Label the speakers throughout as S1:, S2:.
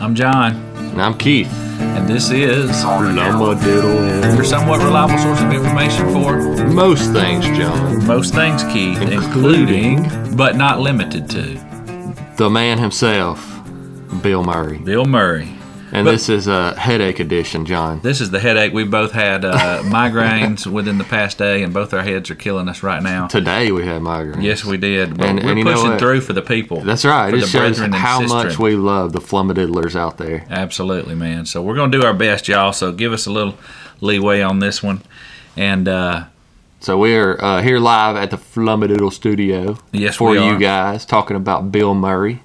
S1: I'm John,
S2: And I'm Keith.
S1: and this is
S2: Rumadiddle
S1: your somewhat reliable source of information for
S2: and most things, John.
S1: most things, Keith,
S2: Including-
S1: including but not limited to
S2: The man himself, Bill Murray.
S1: Bill Murray.
S2: And this is a headache edition, John.
S1: This is the headache we both had uh, migraines within the past day, and both our heads are killing us right now.
S2: Today we had migraines.
S1: Yes, we did. We're,
S2: And-
S1: we're
S2: and you know
S1: pushing
S2: what?
S1: through for the people.
S2: That's right.
S1: For
S2: It
S1: the
S2: shows
S1: brethren and
S2: how
S1: sistren.
S2: much we love the flumadiddlers out there.
S1: Absolutely, man. So we're gonna do our best, y'all. So give us a little leeway on this one, and uh,
S2: So we are uh, here live at the Flumadiddle Studio
S1: Yes,
S2: for
S1: we
S2: you
S1: are.
S2: guys, talking about Bill Murray.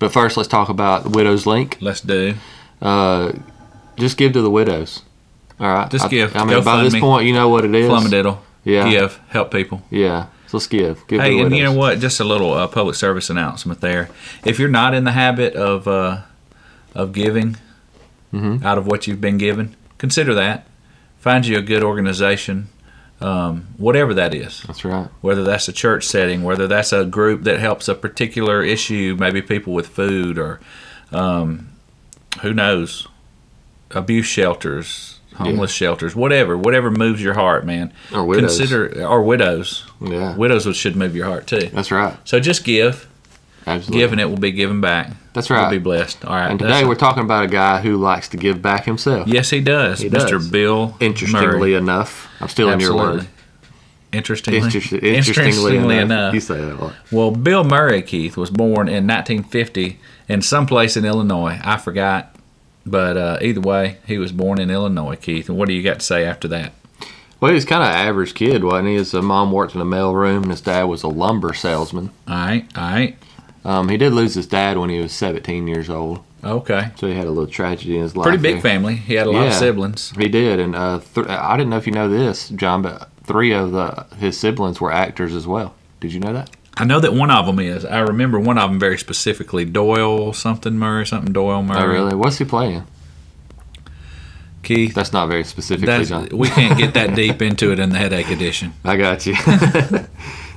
S2: But first, let's talk about Widow's Link.
S1: let's do.
S2: Uh, just give to the widows. All right.
S1: Just
S2: I-
S1: give.
S2: I mean,
S1: Go
S2: by
S1: fund
S2: this
S1: me.
S2: point, you know what it is.
S1: Flumadiddle.
S2: Yeah.
S1: Give. Help people.
S2: Yeah. So let's give. Give to
S1: Hey,
S2: the
S1: and
S2: widows.
S1: you know what? Just a little uh, public service announcement there. If you're not in the habit of uh, of giving
S2: Mm-hmm.
S1: out of what you've been given, consider that. Find you a good organization, um, whatever that is.
S2: That's right.
S1: Whether that's a church setting, whether that's a group that helps a particular issue, maybe people with food or um, who knows, abuse shelters, homeless shelters, whatever, whatever moves your heart, man.
S2: Or widows.
S1: Consider or widows.
S2: Yeah.
S1: Widows would- should move your heart too.
S2: That's right.
S1: So just give.
S2: Absolutely.
S1: Give and it will be given back.
S2: That's
S1: You'll
S2: right.
S1: be blessed. All right.
S2: and
S1: that's-
S2: today we're talking about a guy who likes to give back himself.
S1: yes, he does.
S2: He
S1: Mr.
S2: does.
S1: Bill.
S2: Interestingly
S1: Murray.
S2: enough, I'm stealing your
S1: Absolutely.
S2: word.
S1: Interestingly,
S2: Interest- interestingly,
S1: enough.
S2: You say that a lot.
S1: Well, Bill Murray Keith was born in 1950 in someplace in Illinois. I forgot, but uh, either way, he was born in Illinois, Keith. And what do you got to say after that?
S2: Well, he was kind of an average kid, wasn't he? His uh, mom worked in a mail room and his dad was a lumber salesman.
S1: All right, all right,
S2: Um, he did lose his dad when he was 17 years old,
S1: okay.
S2: so he had a little tragedy in his life.
S1: Pretty big
S2: there.
S1: family. He had a lot of
S2: Yeah.
S1: siblings.
S2: He did, and uh, th- I didn't know if you know this, John, but three of the his siblings were actors as well. Did you know that?
S1: I know that one of them is. I remember one of them very specifically. Doyle something Murray something Doyle Murray.
S2: Oh, really? What's he playing?
S1: Keith.
S2: That's not very specific,
S1: That's,
S2: John.
S1: we can't get that deep into it in the headache edition.
S2: I got you.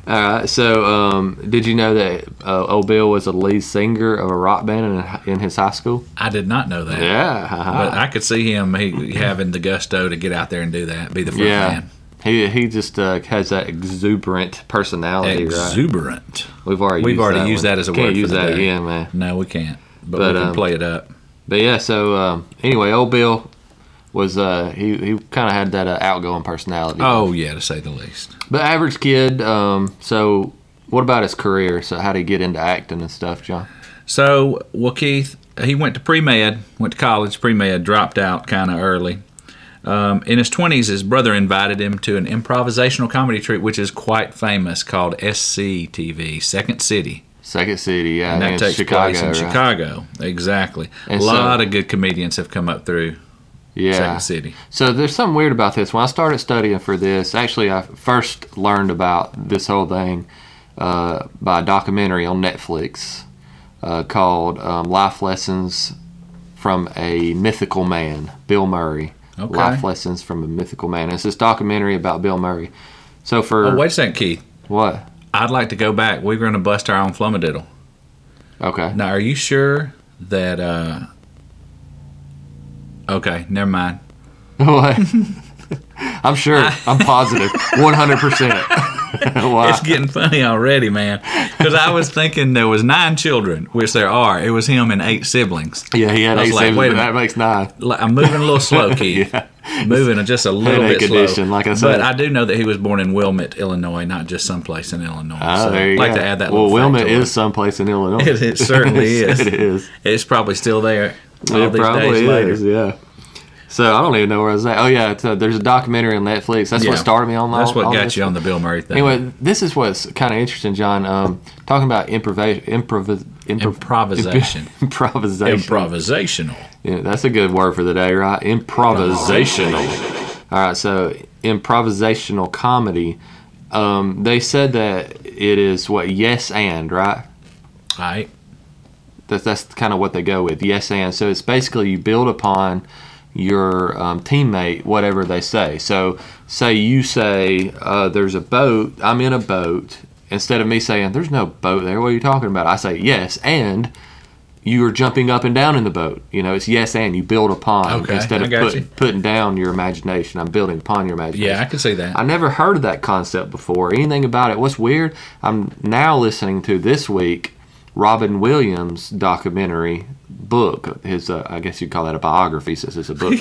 S2: All right. So, um, did you know that uh, old Bill was a lead singer of a rock band in, in his high school?
S1: I did not know that.
S2: Yeah. haha.
S1: But I could see him he, having the gusto to get out there and do that, be the front
S2: yeah.
S1: man.
S2: He he just uh, has that exuberant personality, right?
S1: Exuberant.
S2: We've already
S1: We've
S2: used
S1: already
S2: that
S1: used
S2: one.
S1: that as a
S2: Can't
S1: word for
S2: use
S1: the
S2: that
S1: day.
S2: again, man.
S1: No, we can't. But,
S2: But,
S1: we can
S2: um,
S1: play it up.
S2: But yeah, so um, anyway, old Bill was uh, he he kind of had that uh, outgoing personality.
S1: Oh yeah, to say the least.
S2: But average kid. Um, so what about his career? So how did he get into acting and stuff, John?
S1: So, well, Keith, he went to pre med, went to college, pre med, dropped out kind of early. Um, in his 20s, his brother invited him to an improvisational comedy troupe, which is quite famous, called SCTV, Second City.
S2: Second City, yeah,
S1: And that
S2: in
S1: takes
S2: Chicago,
S1: place in
S2: right?
S1: Chicago. Exactly.
S2: And
S1: a
S2: so-
S1: lot of good comedians have come up through
S2: Yeah.
S1: Second City.
S2: So there's something weird about this. When I started studying for this, actually, I first learned about this whole thing uh, by a documentary on Netflix uh, called um, "Life Lessons from a Mythical Man," Bill Murray.
S1: Okay.
S2: Life Lessons from a Mythical Man. It's this documentary about Bill Murray. So for
S1: Oh, wait a second, Keith.
S2: what?
S1: I'd like to go back. We're going to bust our own flummadiddle.
S2: Okay.
S1: Now, are you sure that? uh Okay, never mind.
S2: What? I'm sure. I'm positive. 100%. Why?
S1: It's getting funny already, man. Because I was thinking there was nine children, which there are. It was him and eight siblings.
S2: yeah, he had
S1: I was
S2: eight
S1: like,
S2: siblings,
S1: wait a
S2: but
S1: minute.
S2: that makes nine.
S1: Like, I'm moving a little slow, Keith.
S2: Yeah.
S1: Moving just a little
S2: Headache
S1: bit slow.
S2: edition, like I
S1: But
S2: said.
S1: I do know that he was born in Wilmette, Illinois, not just someplace in Illinois.
S2: Oh,
S1: so
S2: there
S1: I'd
S2: you
S1: like
S2: go.
S1: to add that.
S2: Well,
S1: little fact
S2: Wilmot
S1: to
S2: is someplace in Illinois.
S1: It- it certainly is.
S2: it is.
S1: It's probably still there. All
S2: it
S1: these days
S2: probably
S1: later.
S2: is. Yeah. So I don't even know where I was at. Oh yeah, it's, uh, there's a documentary on Netflix. That's
S1: Yeah.
S2: what started me on. all-
S1: That's what
S2: all
S1: got
S2: this.
S1: you on the Bill Murray thing.
S2: Anyway, this is what's kind of interesting, John. Um, talking about improvis- improvis- improv-
S1: Improvisation.
S2: improvisation.
S1: improvisational.
S2: Yeah, that's a good word for the day, right? Improvisational. All right, so improvisational comedy. Um, they said that it is what yes and right.
S1: All right.
S2: That's that's kind of what they go with. Yes and so it's basically you build upon your um, teammate whatever they say. So say you say uh, there's a boat. I'm in a boat. Instead of me saying there's no boat there, what are you talking about? I say yes and you are jumping up and down in the boat. You know, it's yes and you build upon
S1: Okay,
S2: instead
S1: I
S2: of
S1: got
S2: put,
S1: you.
S2: putting down your imagination. I'm building upon your imagination.
S1: Yeah, I can see that.
S2: I never heard of that concept before. or Anything about it? What's weird? I'm now listening to this week Robin Williams documentary book. His, uh, I guess you'd call that a biography since it's a book.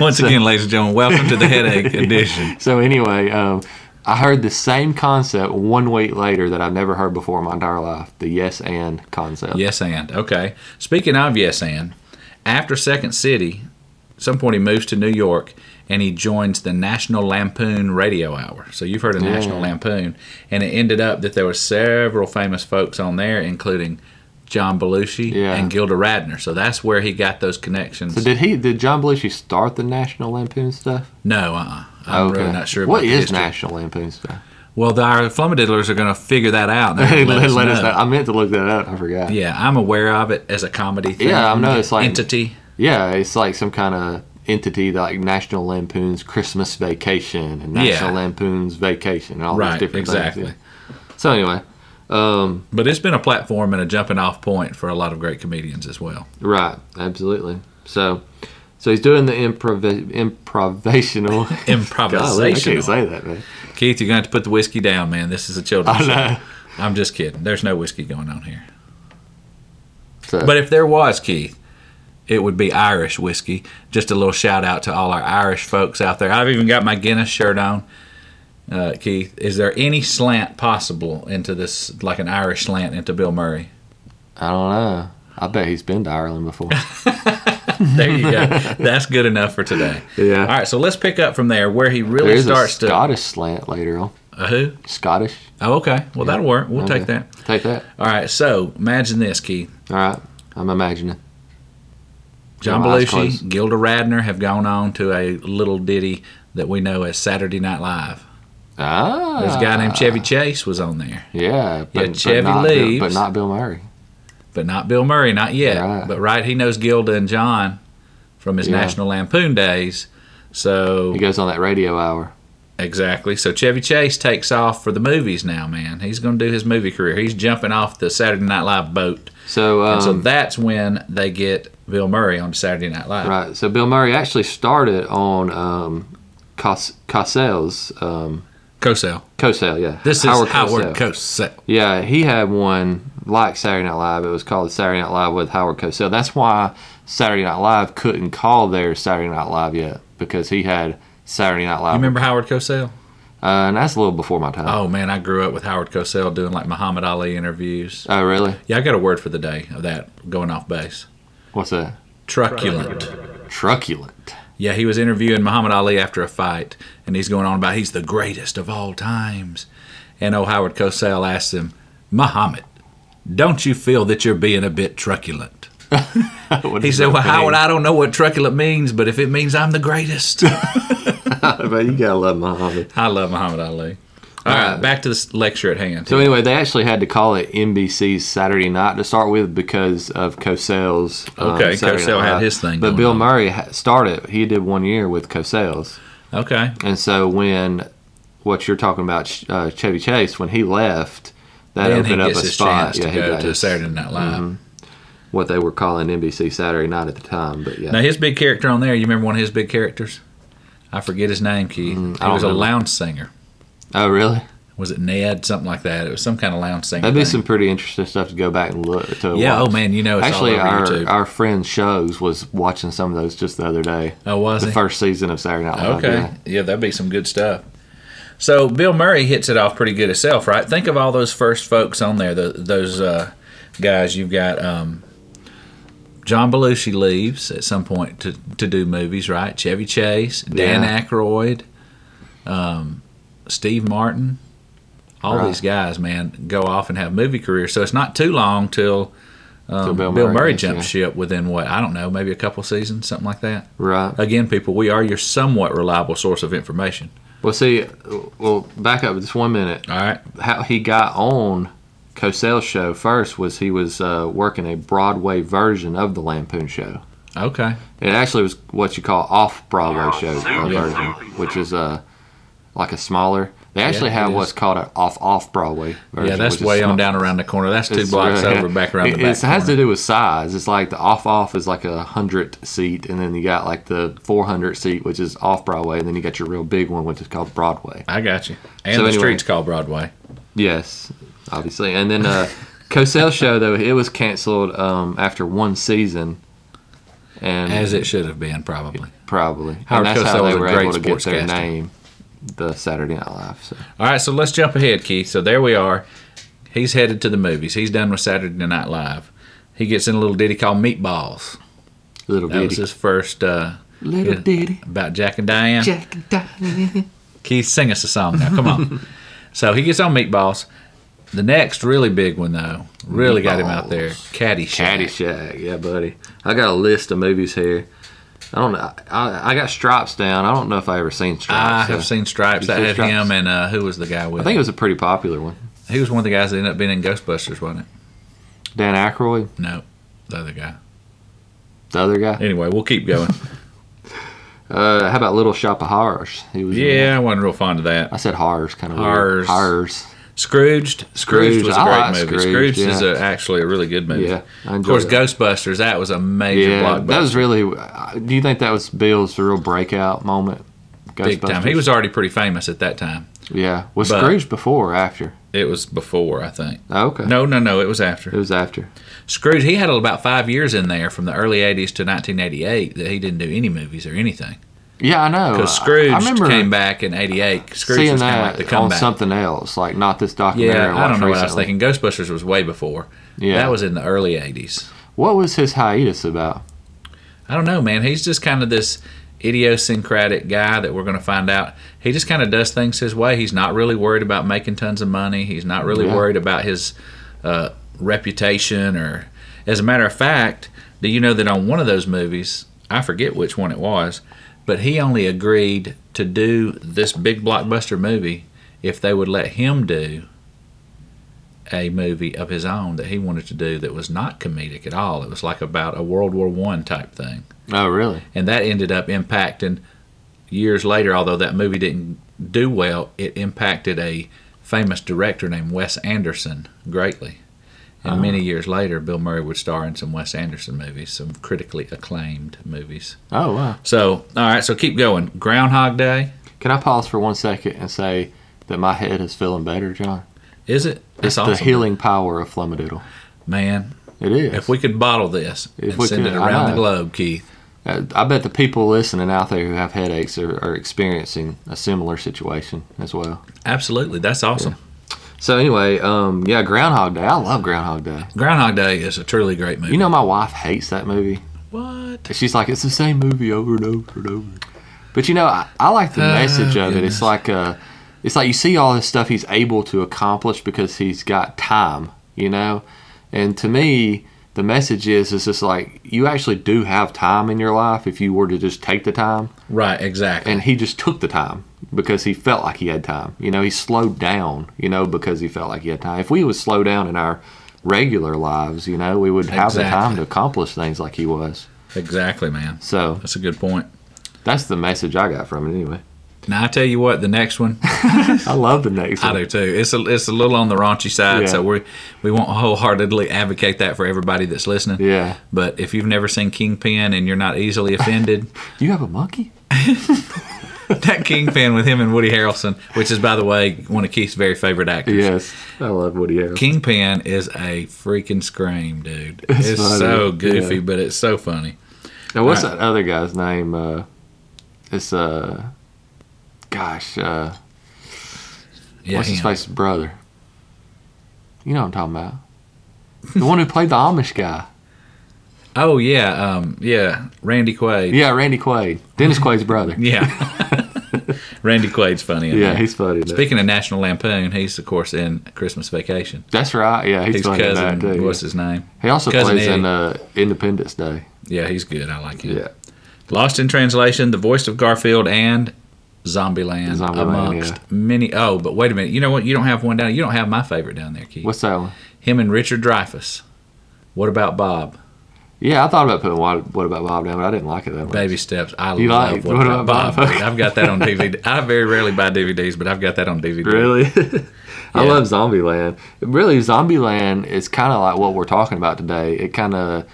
S1: Once again, ladies and gentlemen, welcome to the headache edition.
S2: so anyway, um, I heard the same concept one week later that I've never heard before in my entire life. The yes and concept.
S1: Yes, and okay. Speaking of yes, and after Second City, at some point he moves to New York and he joins the National Lampoon Radio Hour. So you've heard of
S2: Mm.
S1: National Lampoon, and it ended up that there were several famous folks on there, including John Belushi
S2: Yeah.
S1: and Gilda Radner. So that's where he got those connections.
S2: So did he? Did John Belushi start the National Lampoon stuff?
S1: no, uh-uh. I'm really not sure. About
S2: What
S1: the
S2: is
S1: history.
S2: National Lampoon stuff?
S1: Well, the, our flumadiddlers are going to figure that out. and
S2: Let,
S1: they're gonna
S2: let us know. I meant to look that up. I forgot.
S1: Yeah, I'm aware of it as a comedy thing.
S2: Yeah, I know, it's like-
S1: entity.
S2: Yeah, it's like some kind of entity that, like National Lampoon's Christmas Vacation and National
S1: Yeah.
S2: Lampoon's Vacation and all
S1: Right,
S2: these different
S1: exactly.
S2: things. yeah. So anyway, um,
S1: But it's been a platform and a jumping off point for a lot of great comedians as well.
S2: right, absolutely. So, so he's doing the improv improvisational. Golly, I can't
S1: Improvisation.
S2: say that, man.
S1: Keith, you're going to have to put the whiskey down, man. This is a children's
S2: I
S1: show.
S2: know.
S1: I'm just kidding. There's no whiskey going on here.
S2: So,
S1: But if there was, Keith, it would be Irish whiskey. Just a little shout out to all our Irish folks out there. I've even got my Guinness shirt on. Uh, Keith, is there any slant possible into this, like an Irish slant into Bill Murray?
S2: I don't know. I bet he's been to Ireland before.
S1: There you go. That's good enough for today.
S2: Yeah.
S1: All right, so let's pick up from there where he
S2: There
S1: really
S2: is a
S1: starts to.
S2: Scottish slant later on.
S1: A who?
S2: Scottish.
S1: Oh, okay. Well, that'll work. We'll take
S2: Okay.
S1: that.
S2: Take that.
S1: All right. So imagine this, Keith.
S2: All right. I'm imagining.
S1: John
S2: My eyes
S1: Belushi,
S2: closed.
S1: Gilda Radner have gone on to a little ditty that we know as Saturday Night Live.
S2: Ah.
S1: There's a guy named Chevy Chase was on there,
S2: Yeah, but, but
S1: Chevy
S2: not Bill-
S1: leaves.
S2: but not Bill Murray.
S1: but not Bill Murray, not yet.
S2: Right.
S1: But right, he knows Gilda and John from his
S2: Yeah.
S1: National Lampoon days. So
S2: He goes on that radio hour.
S1: Exactly. So Chevy Chase takes off for the movies now, man. He's going to do his movie career. He's jumping off the Saturday Night Live boat.
S2: So, um,
S1: And so that's when they get Bill Murray on Saturday Night Live.
S2: right. So Bill Murray actually started on um, Cos- Cosell's um,
S1: Cosell.
S2: Cosell. Yeah,
S1: This is Howard, Cosell.
S2: Yeah, he had one like Saturday Night Live. It was called Saturday Night Live with Howard Cosell. That's why Saturday Night Live couldn't call their Saturday Night Live yet because he had Saturday Night Live.
S1: You remember Howard Cosell?
S2: Uh, and that's a little before my time.
S1: Oh, man, I grew up with Howard Cosell doing like Muhammad Ali interviews.
S2: oh really?
S1: Yeah, I got a word for the day of that going off base.
S2: What's that?
S1: Truculent.
S2: Truculent.
S1: Yeah, he was interviewing Muhammad Ali after a fight, and he's going on about he's the greatest of all times. And old Howard Cosell asks him, Muhammad, don't you feel that you're being a bit truculent?
S2: What
S1: He
S2: does
S1: said,
S2: that
S1: Well, Howard,
S2: mean?
S1: I don't know what truculent means, but if it means I'm the greatest.
S2: But you gotta love Muhammad.
S1: I love Muhammad Ali. All right, back to this lecture at hand.
S2: So anyway, they actually had to call it NBC's Saturday Night to start with because of Cosell's. um,
S1: Okay,
S2: Saturday
S1: Cosell
S2: Night
S1: had
S2: Live.
S1: his thing
S2: but
S1: going
S2: Bill
S1: on.
S2: Murray ha- started. He did one year with Cosell's,
S1: okay.
S2: and so when what you're talking about, Ch- uh, Chevy Chase, when he left, that
S1: Then he
S2: opened up
S1: gets
S2: a
S1: his
S2: spot.
S1: chance to
S2: he
S1: go
S2: got
S1: to
S2: his- Mm-hmm.
S1: Saturday Night Live.
S2: what they were calling NBC Saturday Night at the time, but yeah,
S1: Now, his big character on there, you remember one of his big characters? I forget his name, Keith.
S2: Mm, I
S1: he
S2: don't
S1: was a
S2: remember.
S1: lounge singer.
S2: oh really?
S1: Was it Ned? Something like that. It was some kind of lounge singer.
S2: That'd be
S1: thing.
S2: some pretty interesting stuff to go back and look to.
S1: Yeah.
S2: watch.
S1: Oh man, you know it's
S2: Actually,
S1: all over
S2: our
S1: YouTube.
S2: our friend shows was watching some of those just the other day.
S1: oh, was
S2: the
S1: he?
S2: first season of Saturday Night Live.
S1: okay.
S2: Oh, yeah.
S1: Yeah. that'd be some good stuff. So Bill Murray hits it off pretty good himself, right? Think of all those first folks on there. tho- those uh, guys you've got. Um, John Belushi leaves at some point to, to do movies, right? Chevy Chase, Dan
S2: Yeah.
S1: Aykroyd, um, Steve Martin. All
S2: Right.
S1: these guys, man, go off and have movie careers. So it's not too long till
S2: So
S1: Um, Bill Murray,
S2: yes,
S1: jumps
S2: yeah.
S1: ship within what I don't know, maybe a couple seasons, something like that.
S2: Right.
S1: Again, people, we are your somewhat reliable source of information.
S2: Well, see, well, back up just one minute.
S1: All right.
S2: How he got on Cosell's show first was he was uh, working a Broadway version of the Lampoon show.
S1: Okay.
S2: It actually was what you call off Broadway show uh, version, which is uh, like a smaller. They actually
S1: Yeah,
S2: have
S1: it
S2: what's
S1: is.
S2: called an off off Broadway version.
S1: yeah, that's
S2: which is
S1: way on
S2: small.
S1: down around the corner. That's two
S2: It's
S1: blocks
S2: really-
S1: over, back around
S2: it,
S1: the back.
S2: It has
S1: corner.
S2: to do with size. It's like the off off is like a hundred seat, and then you got like the four hundred seat, which is off Broadway, and then you got your real big one, which is called Broadway.
S1: I got you. And
S2: So
S1: the
S2: anyway.
S1: street's called Broadway.
S2: Yes, obviously. And then uh, Cosell show though it was canceled um, after one season, and
S1: As it should have been, probably.
S2: probably
S1: Howard
S2: and that's
S1: Cosell
S2: how they
S1: was a
S2: were
S1: great
S2: able to get their
S1: sportscaster.
S2: name, the Saturday Night Live. So.
S1: All right, so let's jump ahead, Keith. So there we are. He's headed to the movies. He's done with Saturday Night Live. He gets in a little ditty called Meatballs.
S2: Little
S1: That was
S2: Diddy.
S1: his first uh,
S2: Little
S1: yeah,
S2: Diddy.
S1: about Jack and Diane.
S2: Jack and Diane.
S1: Keith, sing us a song now. Come on. so he gets on Meatballs. The next really big one, though, really got him out there Caddyshack.
S2: Caddyshack, yeah, buddy. I got a list of movies here. I don't know. I, I got Stripes down. I don't know if I ever seen Stripes.
S1: I
S2: so-
S1: have seen Stripes.
S2: You've
S1: That
S2: seen
S1: had
S2: Stripes?
S1: him and uh, who was the guy with
S2: I think it
S1: him?
S2: was a pretty popular one.
S1: He was one of the guys that ended up being in Ghostbusters, wasn't it?
S2: Dan Aykroyd,
S1: No, the other guy.
S2: the other guy.
S1: Anyway, we'll keep going.
S2: Uh, how about Little Shop of Horrors? He was. in that.
S1: yeah, I wasn't real fond of that.
S2: I said horrors, kind of
S1: Horrors.
S2: weird. Horrors.
S1: Scrooged. Scrooged
S2: Scrooged.
S1: was a
S2: I
S1: great
S2: like
S1: movie. Scrooged,
S2: Scrooged,
S1: is
S2: yeah.
S1: a, actually a really good movie.
S2: Yeah, I
S1: of course,
S2: enjoyed
S1: Ghostbusters. That was a major
S2: Yeah,
S1: blockbuster.
S2: that was really. uh, Do you think that was Bill's real breakout moment?
S1: big time. He
S2: Ghostbusters?
S1: was already pretty famous at that time.
S2: Yeah, was
S1: but-
S2: Scrooge before or after?
S1: It was before, I think.
S2: Oh, okay.
S1: No, no, no. It was after.
S2: it was after.
S1: Scrooge, he had about five years in there from the early 80s to 1988 that he didn't do any movies or anything.
S2: Yeah, I know.
S1: Because
S2: Uh, I-
S1: Scrooge
S2: I remember
S1: came back in 88. Scrooge
S2: seeing
S1: was kind of like
S2: that
S1: the
S2: on
S1: comeback.
S2: something else, like not this documentary.
S1: yeah, I
S2: watched
S1: don't know what I was
S2: recently.
S1: thinking. Ghostbusters was way before.
S2: Yeah.
S1: That was in the early 80s.
S2: What was his hiatus about?
S1: I don't know, man. He's just kind of this idiosyncratic guy that we're going to find out. He just kind of does things his way. He's not really worried about making tons of money. He's not really
S2: Yeah.
S1: worried about his uh, reputation or, as a matter of fact, do you know that on one of those movies, I forget which one it was, but he only agreed to do this big blockbuster movie if they would let him do a movie of his own that he wanted to do that was not comedic at all. It was like about a World War One type thing
S2: Oh, really?
S1: and that ended up impacting years later although that movie didn't do well it impacted a famous director named wes anderson greatly and
S2: Ah.
S1: many years later bill murray would star in some wes anderson movies some critically acclaimed movies
S2: Oh, wow.
S1: so all right so keep going groundhog day
S2: Can I pause for one second and say that my head is feeling better, John?
S1: is it
S2: It's the healing power of Flummadoodle.
S1: man
S2: It is.
S1: if we could bottle this
S2: If
S1: and
S2: we
S1: send
S2: could,
S1: it
S2: I
S1: around the
S2: know.
S1: globe keith
S2: Uh, I bet the people listening out there who have headaches are, are experiencing a similar situation as well.
S1: absolutely that's awesome
S2: So anyway, um, yeah, Groundhog Day. I love Groundhog Day.
S1: groundhog day is a truly great movie
S2: You know, my wife hates that movie.
S1: what
S2: She's like, it's the same movie over and over and over. But you know, I, I like the
S1: Oh,
S2: message of it.
S1: goodness.
S2: It's like uh, it's like you see all this stuff he's able to accomplish because he's got time, you know. And to me, the message is is just like you actually do have time in your life if you were to just take the time.
S1: right exactly
S2: And he just took the time because he felt like he had time. You know, he slowed down, you know, because he felt like he had time. If we would slow down in our regular lives, you know, we would have the
S1: Exactly.
S2: time to accomplish things like he was.
S1: exactly man
S2: So
S1: that's a good point
S2: that's the message I got from it anyway.
S1: Now I tell you what, the next one
S2: I love the next
S1: I
S2: one.
S1: do too. It's a it's a little on the raunchy side,
S2: Yeah.
S1: so we we won't wholeheartedly advocate that for everybody that's listening.
S2: Yeah.
S1: But if you've never seen Kingpin and you're not easily offended,
S2: You have a monkey?
S1: that Kingpin with him and Woody Harrelson, which is by the way one of Keith's very favorite actors.
S2: Yes. I love Woody Harrelson.
S1: Kingpin is a freaking scream, dude. It's,
S2: funny.
S1: so goofy,
S2: Yeah.
S1: but it's so funny.
S2: now, what's
S1: Alright.
S2: that other guy's name? Uh, it's, uh, gosh, uh,
S1: Yeah,
S2: what's his
S1: him.
S2: face's brother? You know what I'm talking about. The one who played the Amish guy.
S1: Oh yeah, um, yeah, Randy Quaid.
S2: Yeah, Randy Quaid. Dennis Quaid's brother.
S1: Yeah. Randy Quaid's funny. in
S2: Yeah,
S1: that.
S2: he's funny. in that.
S1: Speaking of National Lampoon, he's of course in Christmas Vacation.
S2: That's right. Yeah, he's
S1: His
S2: funny in that
S1: cousin,
S2: too.
S1: what's his name?
S2: He also
S1: cousin
S2: plays
S1: Eddie.
S2: in uh, Independence Day.
S1: Yeah, he's good. I like him.
S2: Yeah.
S1: Lost in Translation, the voice of Garfield, and Zombieland,
S2: Zombieland,
S1: amongst
S2: yeah.
S1: many. Oh, but wait a minute. You know what? You don't have one down. You don't have my favorite down there, Keith.
S2: What's that one?
S1: Him and Richard Dreyfuss. What about Bob?
S2: Yeah, I thought about putting what, what about Bob down, but I didn't like it that much.
S1: Baby steps. I
S2: You
S1: love
S2: like-
S1: what,
S2: what
S1: about Bob.
S2: about Bob?
S1: I've got that on DVD. I very rarely buy DVDs, but I've got that on DVD.
S2: Really? I
S1: Yeah.
S2: love Zombieland. Really, Zombieland is kind of like what we're talking about today. It kind of,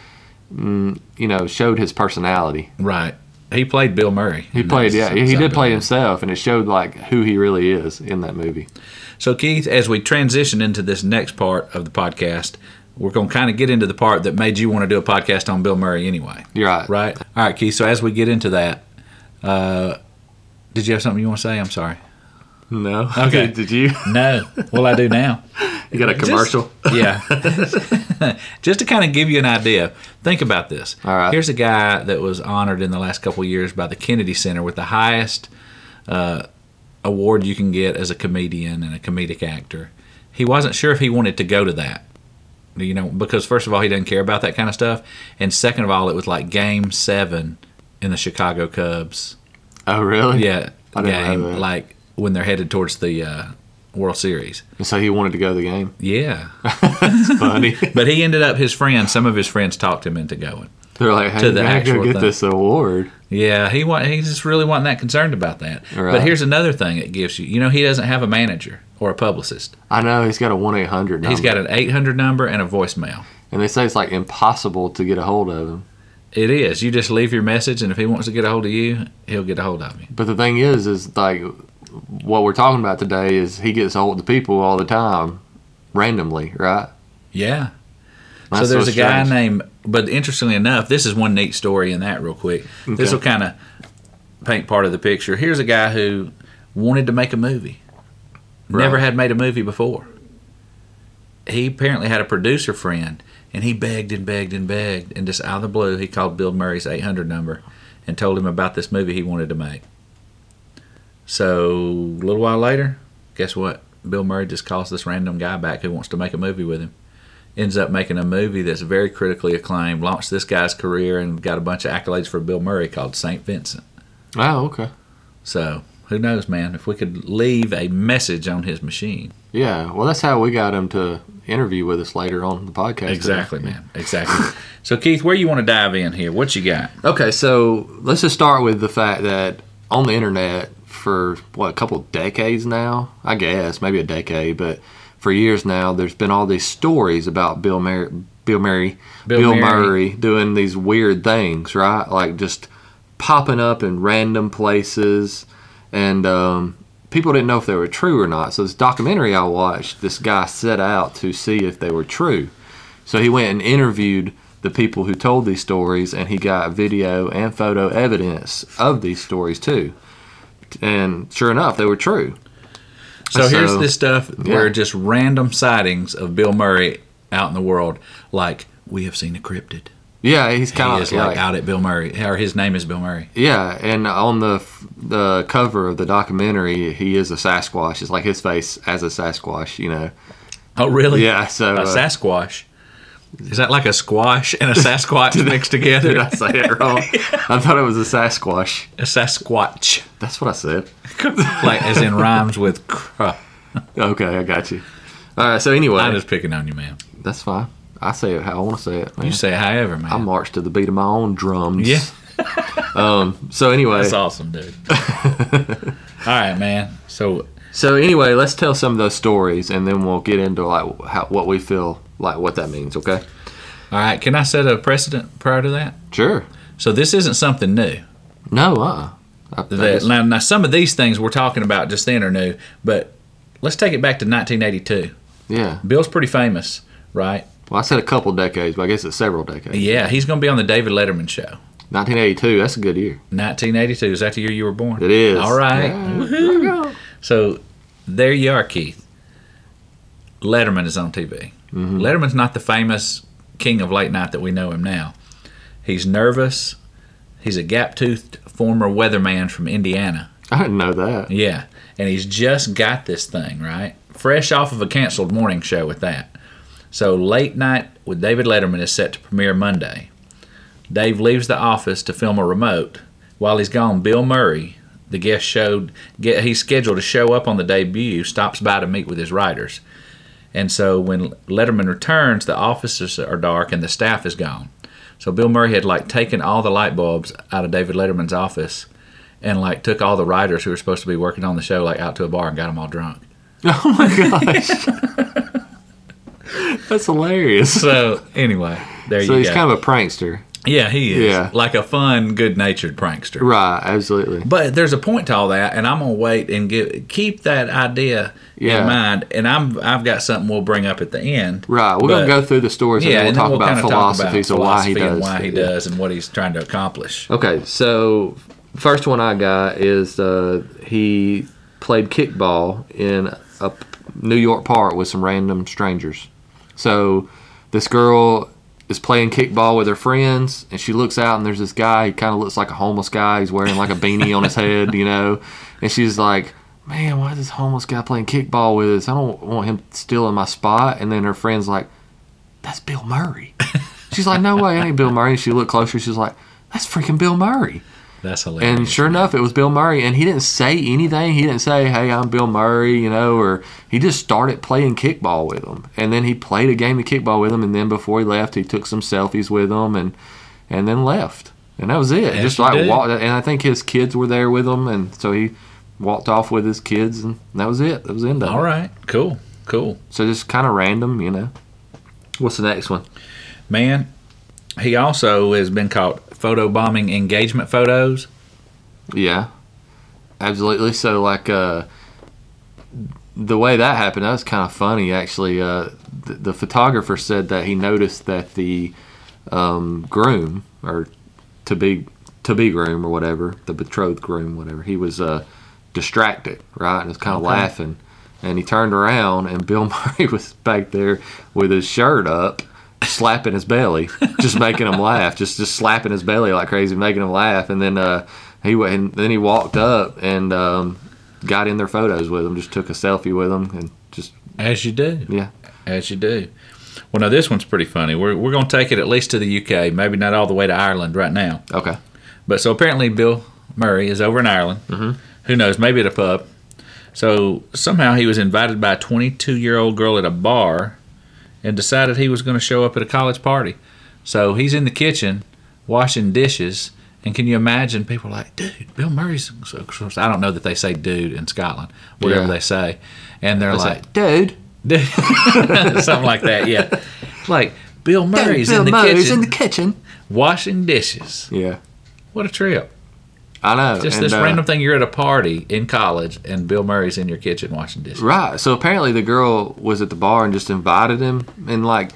S2: mm, you know, showed his personality.
S1: Right. He played Bill Murray.
S2: He played, yeah, he did play himself, and it showed like who he really is in that movie.
S1: So, Keith, as we transition into this next part of the podcast, we're going to kind of get into the part that made you want to do a podcast on Bill Murray anyway.
S2: You're right.
S1: Right? All right, Keith. So, as we get into that, uh, did you have something you want to say? I'm sorry.
S2: No.
S1: Okay.
S2: Did you?
S1: No. Well, I do now.
S2: You got a commercial?
S1: yeah. Just to kind of give you an idea, think about this.
S2: All right.
S1: Here's a guy that was honored in the last couple of years by the Kennedy Center with the highest uh, award you can get as a comedian and a comedic actor. He wasn't sure if he wanted to go to that. You know, because first of all, he doesn't care about that kind of stuff. And second of all, it was like game seven in the Chicago Cubs.
S2: oh, really?
S1: Yeah.
S2: I didn't know
S1: game,
S2: that.
S1: like when they're headed towards the uh, World Series.
S2: And so he wanted to go to the game.
S1: Yeah.
S2: Funny.
S1: But he ended up his friends. Some of his friends talked him into going.
S2: They're like, hey,
S1: To
S2: you
S1: the
S2: gotta
S1: actual
S2: go get
S1: thing.
S2: this award.
S1: Yeah, he wa- he just really wasn't that concerned about that.
S2: Right.
S1: But here's another thing it gives you. You know, he doesn't have a manager or a publicist.
S2: I know he's got a one eight hundred number.
S1: He's got an 800 number and a voicemail.
S2: and they say it's like impossible to get a hold of him.
S1: It is. You just leave your message, and if he wants to get a hold of you, he'll get a hold of you.
S2: But the thing is, is like what we're talking about today is he gets hold of people all the time, randomly, right?
S1: Yeah.
S2: That's
S1: so there's a
S2: what's
S1: guy
S2: strange.
S1: named, but interestingly enough, this is one neat story in that real quick. This will kind of paint part of the picture. Here's a guy who wanted to make a movie, never
S2: Right.
S1: had made a movie before. He apparently had a producer friend, and he begged and begged and begged, and just out of the blue, he called Bill Murray's 800 number and told him about this movie he wanted to make. So a little while later, guess what? Bill Murray just calls this random guy back who wants to make a movie with him. Ends up making a movie that's very critically acclaimed, launched this guy's career, and got a bunch of accolades for Bill Murray called St. Vincent.
S2: Oh, okay.
S1: So who knows, man? If we could leave a message on his machine.
S2: Yeah. Well, that's how we got him to interview with us later on the podcast.
S1: Exactly, man. Exactly. so Keith, where you want to dive in here? What you got?
S2: Okay, so let's just start with the fact that on the internet for what a couple decades now, I guess maybe a decade, but for years now, there's been all these stories about Bill Murray, Bill Murray,
S1: Bill
S2: Bill,
S1: Murray.
S2: Murray doing these weird things, right? Like just popping up in random places, and um, people didn't know if they were true or not. So this documentary I watched, this guy set out to see if they were true. So he went and interviewed the people who told these stories, and he got video and photo evidence of these stories too. And sure enough, they were true.
S1: So here's
S2: So-
S1: this stuff
S2: Yeah.
S1: where just random sightings of Bill Murray out in the world, like we have seen a cryptid.
S2: Oh, Yeah, he's
S1: He
S2: kind
S1: is
S2: of
S1: like
S2: like,
S1: out at Bill Murray, or his name is Bill Murray.
S2: yeah. And on the f- the cover of the documentary, he is a Sasquatch. It's like his face as a Sasquatch, you know.
S1: Oh, really?
S2: Yeah. So
S1: A
S2: uh,
S1: Sasquatch. Is that like a squash and a Sasquatch mixed
S2: did
S1: together?
S2: I say it wrong? I thought it was a Sasquatch.
S1: A Sasquatch,
S2: That's what I said.
S1: like as in rhymes with. Cr-
S2: Okay, I got you. All right. So anyway,
S1: I'm just picking on you, man.
S2: that's fine. I say it how I want to say it. man.
S1: You say it however, man.
S2: I march to the beat of my own drums.
S1: Yeah.
S2: um. So anyway.
S1: That's awesome, dude. All right, man. So
S2: So anyway, let's tell some of those stories, and then we'll get into like how, what we feel like what that means. Okay.
S1: All right, can I set a precedent prior to that?
S2: Sure.
S1: So this isn't something new.
S2: No. Uh. uh
S1: That, now, now, some of these things we're talking about just then are new, but let's take it back to 1982.
S2: yeah.
S1: Bill's pretty famous, right?
S2: Well, I said a couple decades, but I guess it's several decades.
S1: Yeah, he's going to be on the David Letterman show.
S2: 1982. That's a good year.
S1: 1982 is that the year you were born?
S2: It is.
S1: All right.
S2: Yeah.
S1: So there you are, Keith. Letterman is on TV.
S2: Mm-hmm.
S1: Letterman's not the famous king of late night that we know him now. He's nervous. He's a gap toothed former weatherman from Indiana.
S2: I didn't know that.
S1: Yeah. And he's just got this thing, right? Fresh off of a canceled morning show with that. So Late Night with David Letterman is set to premiere Monday. Dave leaves the office to film a remote. While he's gone, Bill Murray, the guest showed get, he's scheduled to show up on the debut, stops by to meet with his writers. And so when Letterman returns, the offices are dark and the staff is gone. So Bill Murray had like taken all the light bulbs out of David Letterman's office, and like took all the writers who were supposed to be working on the show like out to a bar and got them all drunk.
S2: Oh my gosh. That's hilarious.
S1: So anyway, there
S2: So
S1: you
S2: he's
S1: go.
S2: kind of a prankster.
S1: yeah, he is
S2: Yeah.
S1: like a fun, good-natured prankster.
S2: Right, absolutely.
S1: But there's a point to all that, and I'm gonna wait and give, keep that idea
S2: Yeah.
S1: in mind. And I'm I've got something we'll bring up at the end.
S2: Right. We're
S1: But-
S2: gonna go through the stories
S1: yeah,
S2: and then we'll talk about
S1: kinda
S2: philosophies of why he
S1: philosophy and
S2: does.
S1: why he
S2: it.
S1: does, and what he's trying to accomplish.
S2: Okay, so first one I got is uh, he played kickball in a p- New York park with some random strangers. So this girl is playing kickball with her friends, and she looks out, and there's this guy. He kind of looks like a homeless guy. He's wearing like a beanie on his head, you know. And she's like, "Man, why is this homeless guy playing kickball with us? I don't want him stealing my spot." And then her friend's like, that's Bill Murray. She's like, no way, it ain't Bill Murray. She looked closer. She's like, that's freaking Bill Murray.
S1: That's hilarious.
S2: And sure enough, it was Bill Murray. And he didn't say anything. He didn't say, hey, I'm Bill Murray, you know, or he just started playing kickball with him. And then he played a game of kickball with him. And then before he left, he took some selfies with him and, and then left. And that was it.
S1: As
S2: just
S1: you
S2: like
S1: do.
S2: walked. And I think his kids were there with him. And so he walked off with his kids. And that was it. That was the end of
S1: all
S2: it.
S1: right, cool, cool.
S2: So just kind of random, you know. What's the next one?
S1: Man, he also has been caught photo bombing engagement photos.
S2: Yeah, absolutely. So like uh, the way that happened, that was kind of funny actually. Uh, the, the photographer said that he noticed that the um, groom or to be to be groom or whatever, the betrothed groom, whatever, he was uh, distracted, right, and was kind of laughing. And he turned around, and Bill Murray was back there with his shirt up, slapping his belly, just making him laugh, just just slapping his belly like crazy, making him laugh. And then uh, he went, and then he walked up and um, got in their photos with him, just took a selfie with him, and just
S1: As you do,
S2: yeah,
S1: as you do. Well, now this one's pretty funny. We're we're gonna take it at least to the UK, maybe not all the way to Ireland right now.
S2: okay,
S1: But so apparently Bill Murray is over in Ireland. Mm-hmm. Who knows? Maybe at a pub. So somehow he was invited by a 22 year old girl at a bar, and decided he was going to show up at a college party. So he's in the kitchen washing dishes, and can you imagine people are like, dude, Bill Murray's? So, so- I don't know that they say dude in Scotland, whatever
S2: Yeah.
S1: they say, and they're
S2: It's
S1: like,
S2: like, dude,
S1: something like that, yeah, like Bill Murray's
S2: Bill
S1: in the
S2: Murray's
S1: kitchen
S2: in the kitchen.
S1: washing dishes.
S2: Yeah,
S1: What a trip!
S2: I know.
S1: Just
S2: and,
S1: this
S2: uh,
S1: random thing. You're at a party in college, and Bill Murray's in your kitchen washing dishes.
S2: Right. So apparently the girl was at the bar and just invited him, and like,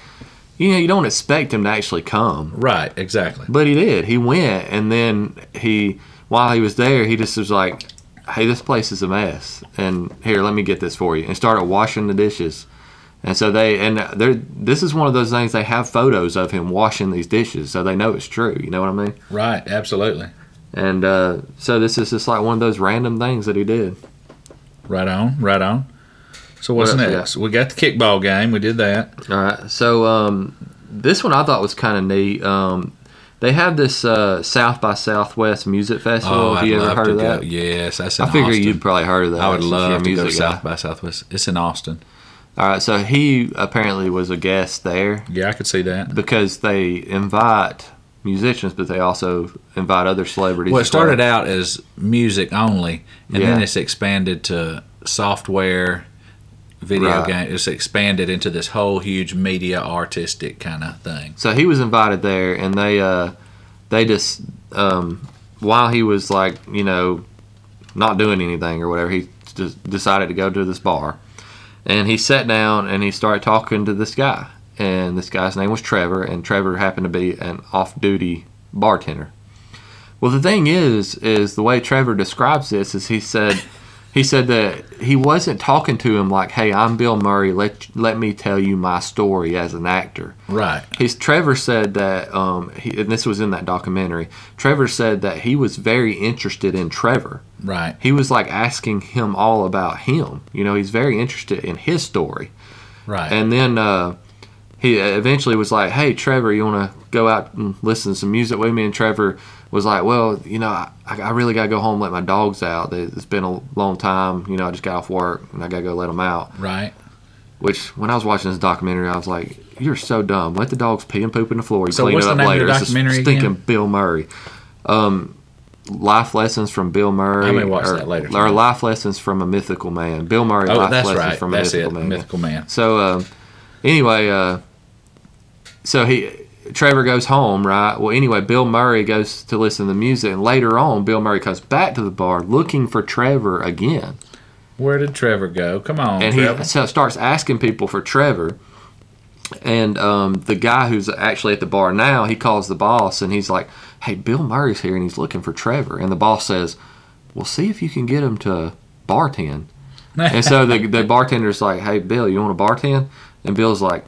S2: you know, you don't expect him to actually come,
S1: Right, exactly.
S2: but he did. He went, and then he, while he was there, he just was like, "Hey, this place is a mess, and here, let me get this for you," and started washing the dishes. And so they and they're this is one of those things they have photos of him washing these dishes, so they know it's true. You know what I mean?
S1: Right, absolutely.
S2: And uh, so this is just like one of those random things that he did.
S1: Right on, right on. So what's
S2: What else we
S1: next? We got the kickball game. We did that.
S2: All right. So um, this one I thought was kind of neat. Um, they have this uh, South by Southwest music
S1: Oh,
S2: festival. Oh, have you ever heard of that?
S1: go. Yes, that's in
S2: I figure
S1: Austin.
S2: you'd probably heard of that.
S1: I would
S2: since you're
S1: love
S2: a
S1: to go
S2: music guy.
S1: South by Southwest. It's in Austin.
S2: All right. So he apparently was a guest there
S1: Yeah, I could see that.
S2: because they invite musicians, but they also invite other celebrities.
S1: Well, it
S2: as well.
S1: started out as music only, and then
S2: Yeah.
S1: it's expanded to software, video
S2: Right.
S1: game. It's expanded into this whole huge media artistic kind of thing.
S2: So he was invited there, and they uh, they just um, while he was like you know not doing anything or whatever, he just decided to go to this bar, and he sat down and he started talking to this guy, and this guy's name was Trevor, and Trevor happened to be an off-duty bartender. Well, the thing is, is the way Trevor describes this is he said. He said that he wasn't talking to him like, "Hey, I'm Bill Murray. Let let me tell you my story as an actor."
S1: Right.
S2: He's Trevor said that, um, he, and this was in that documentary. Trevor said that he was very interested in Trevor.
S1: Right.
S2: He was like asking him all about him. You know, he's very interested in his story.
S1: Right.
S2: And then uh, he eventually was like, "Hey, Trevor, you want to go out and listen to some music with me?" And Trevor was like, "Well, you know, I, I really gotta go home, and let my dogs out. They- It's been a long time. You know, I just got off work and I gotta go let them out."
S1: right.
S2: Which when I was watching this documentary, I was like, "You're so dumb. Let the dogs pee and poop in the floor. You
S1: So
S2: clean
S1: what's
S2: it
S1: the
S2: up
S1: name of the
S2: later." It's just
S1: documentary
S2: stinking
S1: again?
S2: Bill Murray. Um, life lessons from Bill Murray.
S1: I may watch
S2: or,
S1: that later.
S2: Or life lessons from a mythical man. Bill Murray.
S1: Oh,
S2: life
S1: that's
S2: lessons
S1: right.
S2: from
S1: That's
S2: a mythical
S1: it.
S2: man.
S1: Mythical man.
S2: So um, anyway, uh, so he Trevor goes home, right? Well, anyway, Bill Murray goes to listen to the music, and later on, Bill Murray comes back to the bar looking for Trevor again,
S1: Where did Trevor go? Come on,
S2: and
S1: Trevor.
S2: he so starts asking people for Trevor. And um, the guy who's actually at the bar now, he calls the boss, and he's like, "Hey, Bill Murray's here, and he's looking for Trevor." And the boss says, "Well, see if you can get him to bartend." And so the, the bartender's like, "Hey, Bill, you want to bartend?" And Bill's like,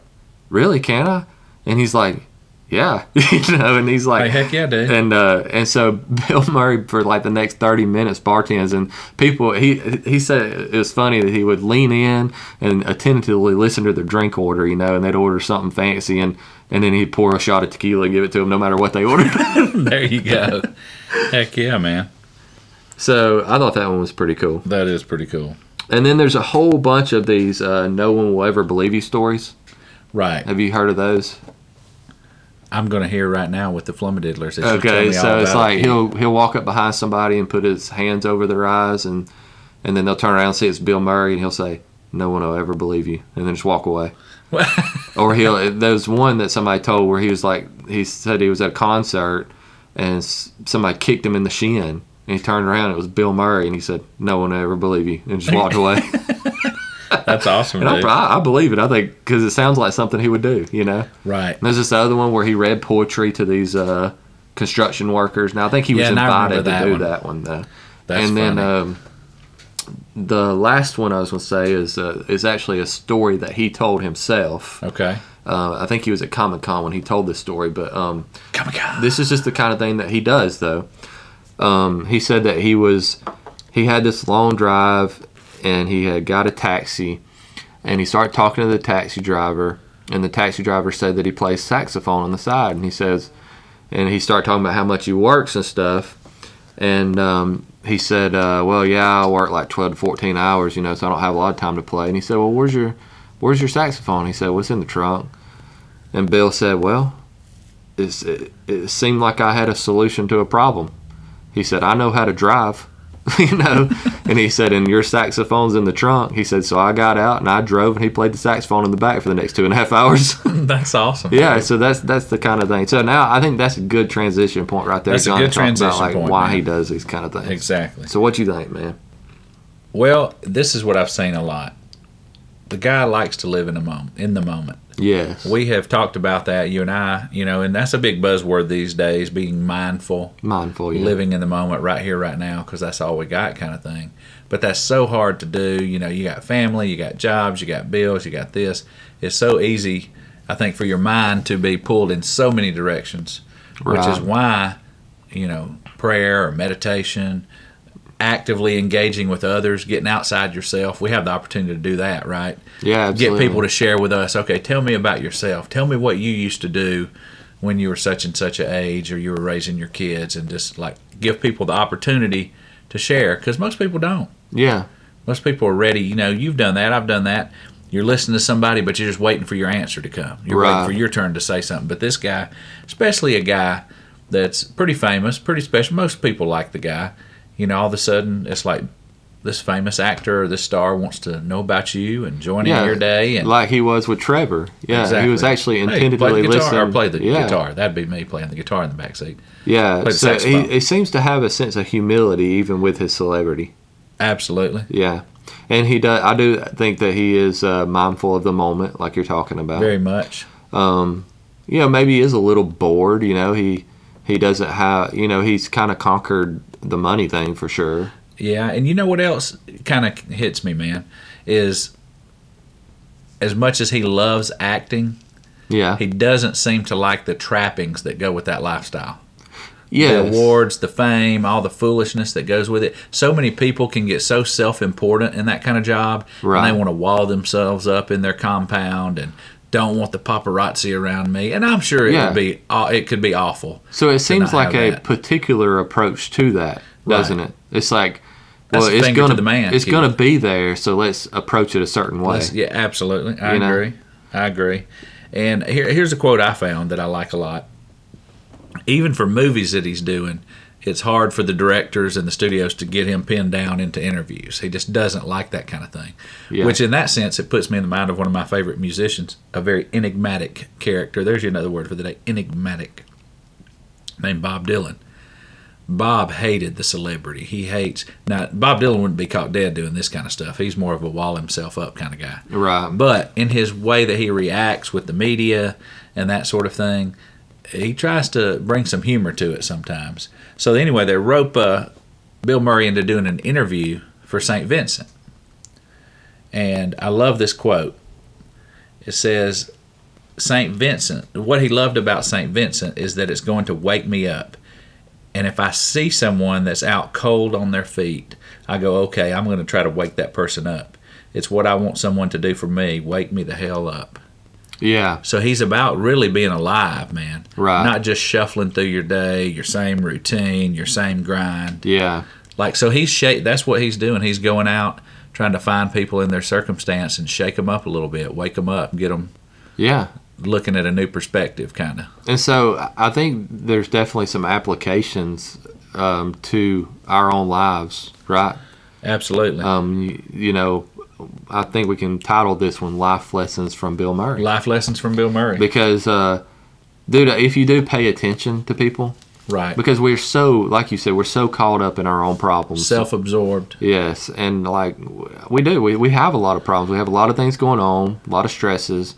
S2: "Really? Can I?" And he's like, "Yeah," you know. And he's like,
S1: Hey, heck yeah, dude.
S2: And uh, and so Bill Murray for like the next thirty minutes bartends, and people he he said it was funny that he would lean in and attentively listen to their drink order, you know, and they'd order something fancy, and and then he'd pour a shot of tequila and give it to them, no matter what they ordered.
S1: there you go. Heck yeah, man.
S2: so I thought that one was pretty cool.
S1: That is pretty cool.
S2: And then there's a whole bunch of these uh, no one will ever believe you stories.
S1: Right.
S2: Have you heard of those?
S1: I'm going to hear right now with the Flummadiddlers. as you tell
S2: Okay,
S1: me
S2: so
S1: all
S2: it's
S1: about
S2: like
S1: it.
S2: he'll he'll walk up behind somebody and put his hands over their eyes, and and then they'll turn around and see it's Bill Murray, and he'll say, "No one will ever believe you," and then just walk away. or he'll there's one that somebody told where he was like he said he was at a concert and s- somebody kicked him in the shin, and he turned around, it was Bill Murray, and he said, "No one will ever believe you," and just walked away.
S1: That's awesome,
S2: and
S1: dude.
S2: I, I believe it, I think, because it sounds like something he would do, you know.
S1: Right.
S2: And There's this other one where he read poetry to these uh, construction workers. Now I think he was
S1: Yeah, and I remember
S2: invited to
S1: that
S2: do
S1: one.
S2: that one though.
S1: That's
S2: and then
S1: funny.
S2: um, the last one I was going to say is uh, is actually a story that he told himself.
S1: Okay.
S2: Uh, I think he was at Comic Con when he told this story, but um,
S1: Come on.
S2: this is just the kind of thing that he does though um, he said that he was he had this long drive and he had got a taxi and he started talking to the taxi driver and the taxi driver said that he plays saxophone on the side and he says and he started talking about how much he works and stuff and um, he said uh, well yeah i work like 12 to 14 hours you know so i don't have a lot of time to play and he said well where's your where's your saxophone he said what's in the trunk and bill said well it's, it, it seemed like I had a solution to a problem. He said, I know how to drive, you know. and he said, and your saxophone's in the trunk. He said, so I got out and I drove, and he played the saxophone in the back for the next two and a half hours.
S1: That's awesome.
S2: yeah, so that's that's the kind of thing. So now I think that's a good transition point right there.
S1: That's a
S2: John,
S1: good
S2: to talk about,
S1: transition
S2: like,
S1: point,
S2: Why
S1: man.
S2: he does these kind of things.
S1: Exactly.
S2: So what you think, man?
S1: Well, this is what I've seen a lot. The guy likes to live in a moment, in the moment.
S2: Yes,
S1: We have talked about that, you and I, you know, and that's a big buzzword these days, being mindful,
S2: mindful. Oh, Yeah.
S1: living in the moment right here, right now, because that's all we got kind of thing. But that's so hard to do. You know, you got family, you got jobs, you got bills, you got this. It's so easy, I think, for your mind to be pulled in so many directions, which is
S2: Right.
S1: why, you know, prayer or meditation, actively engaging with others, getting outside yourself. We have the opportunity to do that, right?
S2: Yeah,
S1: Get
S2: absolutely.
S1: people to share with us. Okay, tell me about yourself. Tell me what you used to do when you were such and such a age, or you were raising your kids, and just like give people the opportunity to share because most people don't.
S2: Yeah,
S1: Most people are ready. You know, you've done that. I've done that. You're listening to somebody, but you're just waiting for your answer to come. You're waiting
S2: Right.
S1: for your turn to say something. But this guy, especially a guy that's pretty famous, pretty special. Most people like the guy. You know, all of a sudden, it's like this famous actor or this star wants to know about you and join
S2: yeah.
S1: in your day. And
S2: like he was with Trevor. Yeah, he was actually
S1: Hey, play the
S2: intentionally
S1: guitar,
S2: listening.
S1: Or play the
S2: yeah.
S1: guitar. That'd be me playing the guitar in the back seat.
S2: Yeah,
S1: Play the
S2: so he,
S1: saxophone.
S2: he seems to have a sense of humility even with his celebrity.
S1: Absolutely.
S2: Yeah, and he does. I do think that he is uh, mindful of the moment, like you're talking about.
S1: Very much.
S2: Um, you know, maybe he is a little bored. You know, he he doesn't have. You know, he's kind of conquered the money thing for sure.
S1: Yeah, and you know what else kind of hits me, man, is as much as he loves acting,
S2: Yeah,
S1: he doesn't seem to like the trappings that go with that lifestyle.
S2: yeah,
S1: The awards, the fame, all the foolishness that goes with it. So many people can get so self-important in that kind of job,
S2: Right.
S1: and they want to wall themselves up in their compound and don't want the paparazzi around me. And I'm sure it
S2: Yeah.
S1: would be aw- it could be awful.
S2: So it seems
S1: not
S2: like
S1: have
S2: a
S1: that.
S2: particular approach to that, doesn't it? It's like
S1: That's
S2: well,
S1: a
S2: it's
S1: finger
S2: gonna
S1: to the man.
S2: it's
S1: kid.
S2: gonna be there, so let's approach it a certain way.
S1: Let's- yeah, absolutely. I
S2: You know?
S1: agree. I agree. And here, here's a quote I found that I like a lot. Even for movies that he's doing, it's hard for the directors and the studios to get him pinned down into interviews. He just doesn't like that kind of thing.
S2: Yeah.
S1: Which, in that sense, it puts me in the mind of one of my favorite musicians, a very enigmatic character. There's another word for the day enigmatic, named Bob Dylan. Bob hated the celebrity. He hates. Now, Bob Dylan wouldn't be caught dead doing this kind of stuff. He's more of a wall himself up kind of guy.
S2: Right.
S1: Uh, But in his way that he reacts with the media and that sort of thing, he tries to bring some humor to it sometimes. So, anyway, they rope uh, Bill Murray into doing an interview for St. Vincent. And I love this quote. It says, St. Vincent, what he loved about St. Vincent is that it's going to wake me up. And if I see someone that's out cold on their feet, I go, okay, I'm going to try to wake that person up. It's what I want someone to do for me. Wake me the hell up.
S2: Yeah.
S1: So he's about really being alive, man.
S2: Right.
S1: Not just shuffling through your day, your same routine, your same grind.
S2: Yeah.
S1: Like, so he's shake. That's what he's doing. He's going out trying to find people in their circumstance and shake them up a little bit, wake them up, get them
S2: Yeah.
S1: looking at a new perspective, kind of.
S2: And so I- I think there's definitely some applications um, to our own lives, right?
S1: Absolutely.
S2: Um, you, you know, I think we can title this one "Life Lessons from Bill Murray"
S1: Life lessons from Bill Murray.
S2: because, uh, dude, if you do pay attention to people,
S1: right.
S2: because we're so, like you said, we're so caught up in our own problems.
S1: Self-absorbed.
S2: Yes, and like we do, we, we have a lot of problems. We have a lot of things going on, a lot of stresses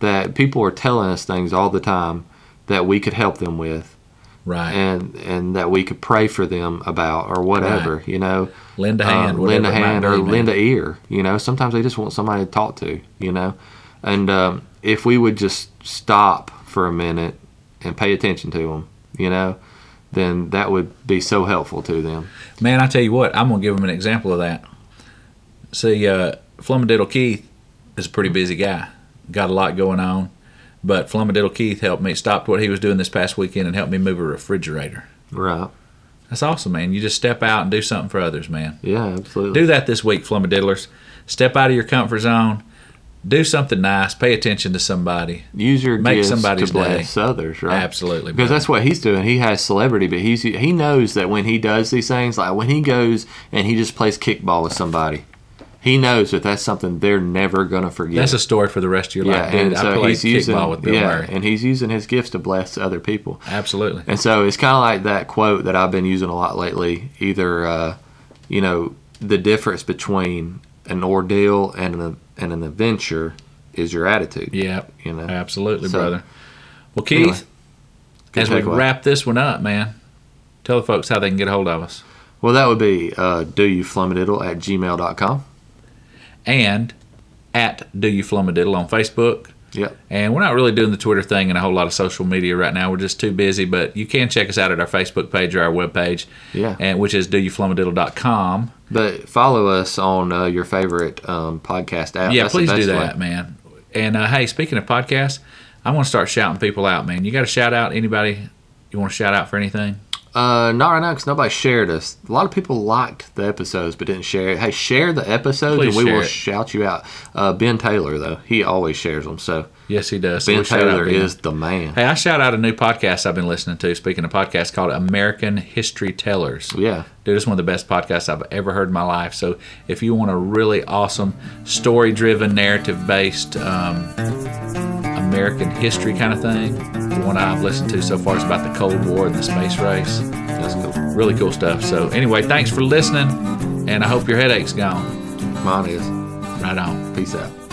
S2: that people are telling us things all the time that we could help them with
S1: Right.
S2: and and that we could pray for them about or whatever, you know.
S1: lend a
S2: Um,
S1: hand, whatever
S2: lend a
S1: it might
S2: hand
S1: be,
S2: or
S1: man.
S2: lend a ear, you know. Sometimes they just want somebody to talk to, you know. And um, if we would just stop for a minute and pay attention to them, you know, then that would be so helpful to them.
S1: Man, I tell you what, I'm gonna give him an example of that. See, uh, Flummadiddle Keith is a pretty busy guy, got a lot going on, but Flummadiddle Keith helped me stopped what he was doing this past weekend and helped me move a refrigerator.
S2: Right.
S1: That's awesome, man. You just step out and do something for others, man.
S2: Yeah, absolutely.
S1: Do that this week, Flummadiddlers. Step out of your comfort zone. Do something nice. Pay attention to somebody.
S2: use your
S1: Make
S2: gifts
S1: somebody's
S2: to bless others, right?
S1: Absolutely, brother.
S2: because that's what he's doing. He has celebrity, but he's he knows that when he does these things, like when he goes and he just plays kickball with somebody, he knows that that's something they're never gonna forget.
S1: That's a story for the rest of your
S2: yeah,
S1: life, dude.
S2: and so
S1: I played
S2: he's using
S1: kickball with Bill
S2: yeah,
S1: Murray.
S2: and he's using his gifts to bless other people.
S1: Absolutely.
S2: And so it's kind of like that quote that I've been using a lot lately. Either, uh, you know, the difference between an ordeal and an and an adventure is your attitude.
S1: Yeah.
S2: You know.
S1: Absolutely,
S2: So-
S1: brother. Well,
S2: Anyway,
S1: Keith,
S2: good
S1: as we
S2: takeaway.
S1: wrap this one up, man, tell the folks how they can get a hold of us.
S2: Well, that would be uh, doyouflummadiddle at gmail.com.
S1: And at Do You Flummadiddle on Facebook.
S2: Yep.
S1: And we're not really doing the Twitter thing and a whole lot of social media right now. We're just too busy, but you can check us out at our Facebook page or our webpage,
S2: Yeah.
S1: and which is doyouflummadiddle.com.
S2: But follow us on uh, your favorite um, podcast app.
S1: Yeah,
S2: That's the
S1: please do
S2: best
S1: that,
S2: way.
S1: man. And uh, hey, speaking of podcasts, I want to start shouting people out, man. You got to shout out anybody you want to shout out for anything?
S2: Uh, not right now because nobody shared us. A lot of people liked the episodes but didn't share it. Hey, share the episodes
S1: Please
S2: and we
S1: share
S2: will
S1: it.
S2: shout you out. Uh, ben Taylor, though, he always shares them. So
S1: Yes, he does. So
S2: Ben
S1: we shout out
S2: Taylor
S1: Ben.
S2: is the man.
S1: Hey, I shout out a new podcast I've been listening to. Speaking of podcasts, called American History Tellers.
S2: Yeah.
S1: Dude, it's one of the best podcasts I've ever heard in my life. So, if you want a really awesome, story driven, narrative based um, American history kind of thing, the one I've listened to so far is about the Cold War and the space race.
S2: That's cool.
S1: Really cool stuff. So, anyway, thanks for listening, and I hope your headache's gone.
S2: Mine is.
S1: Right on.
S2: Peace out.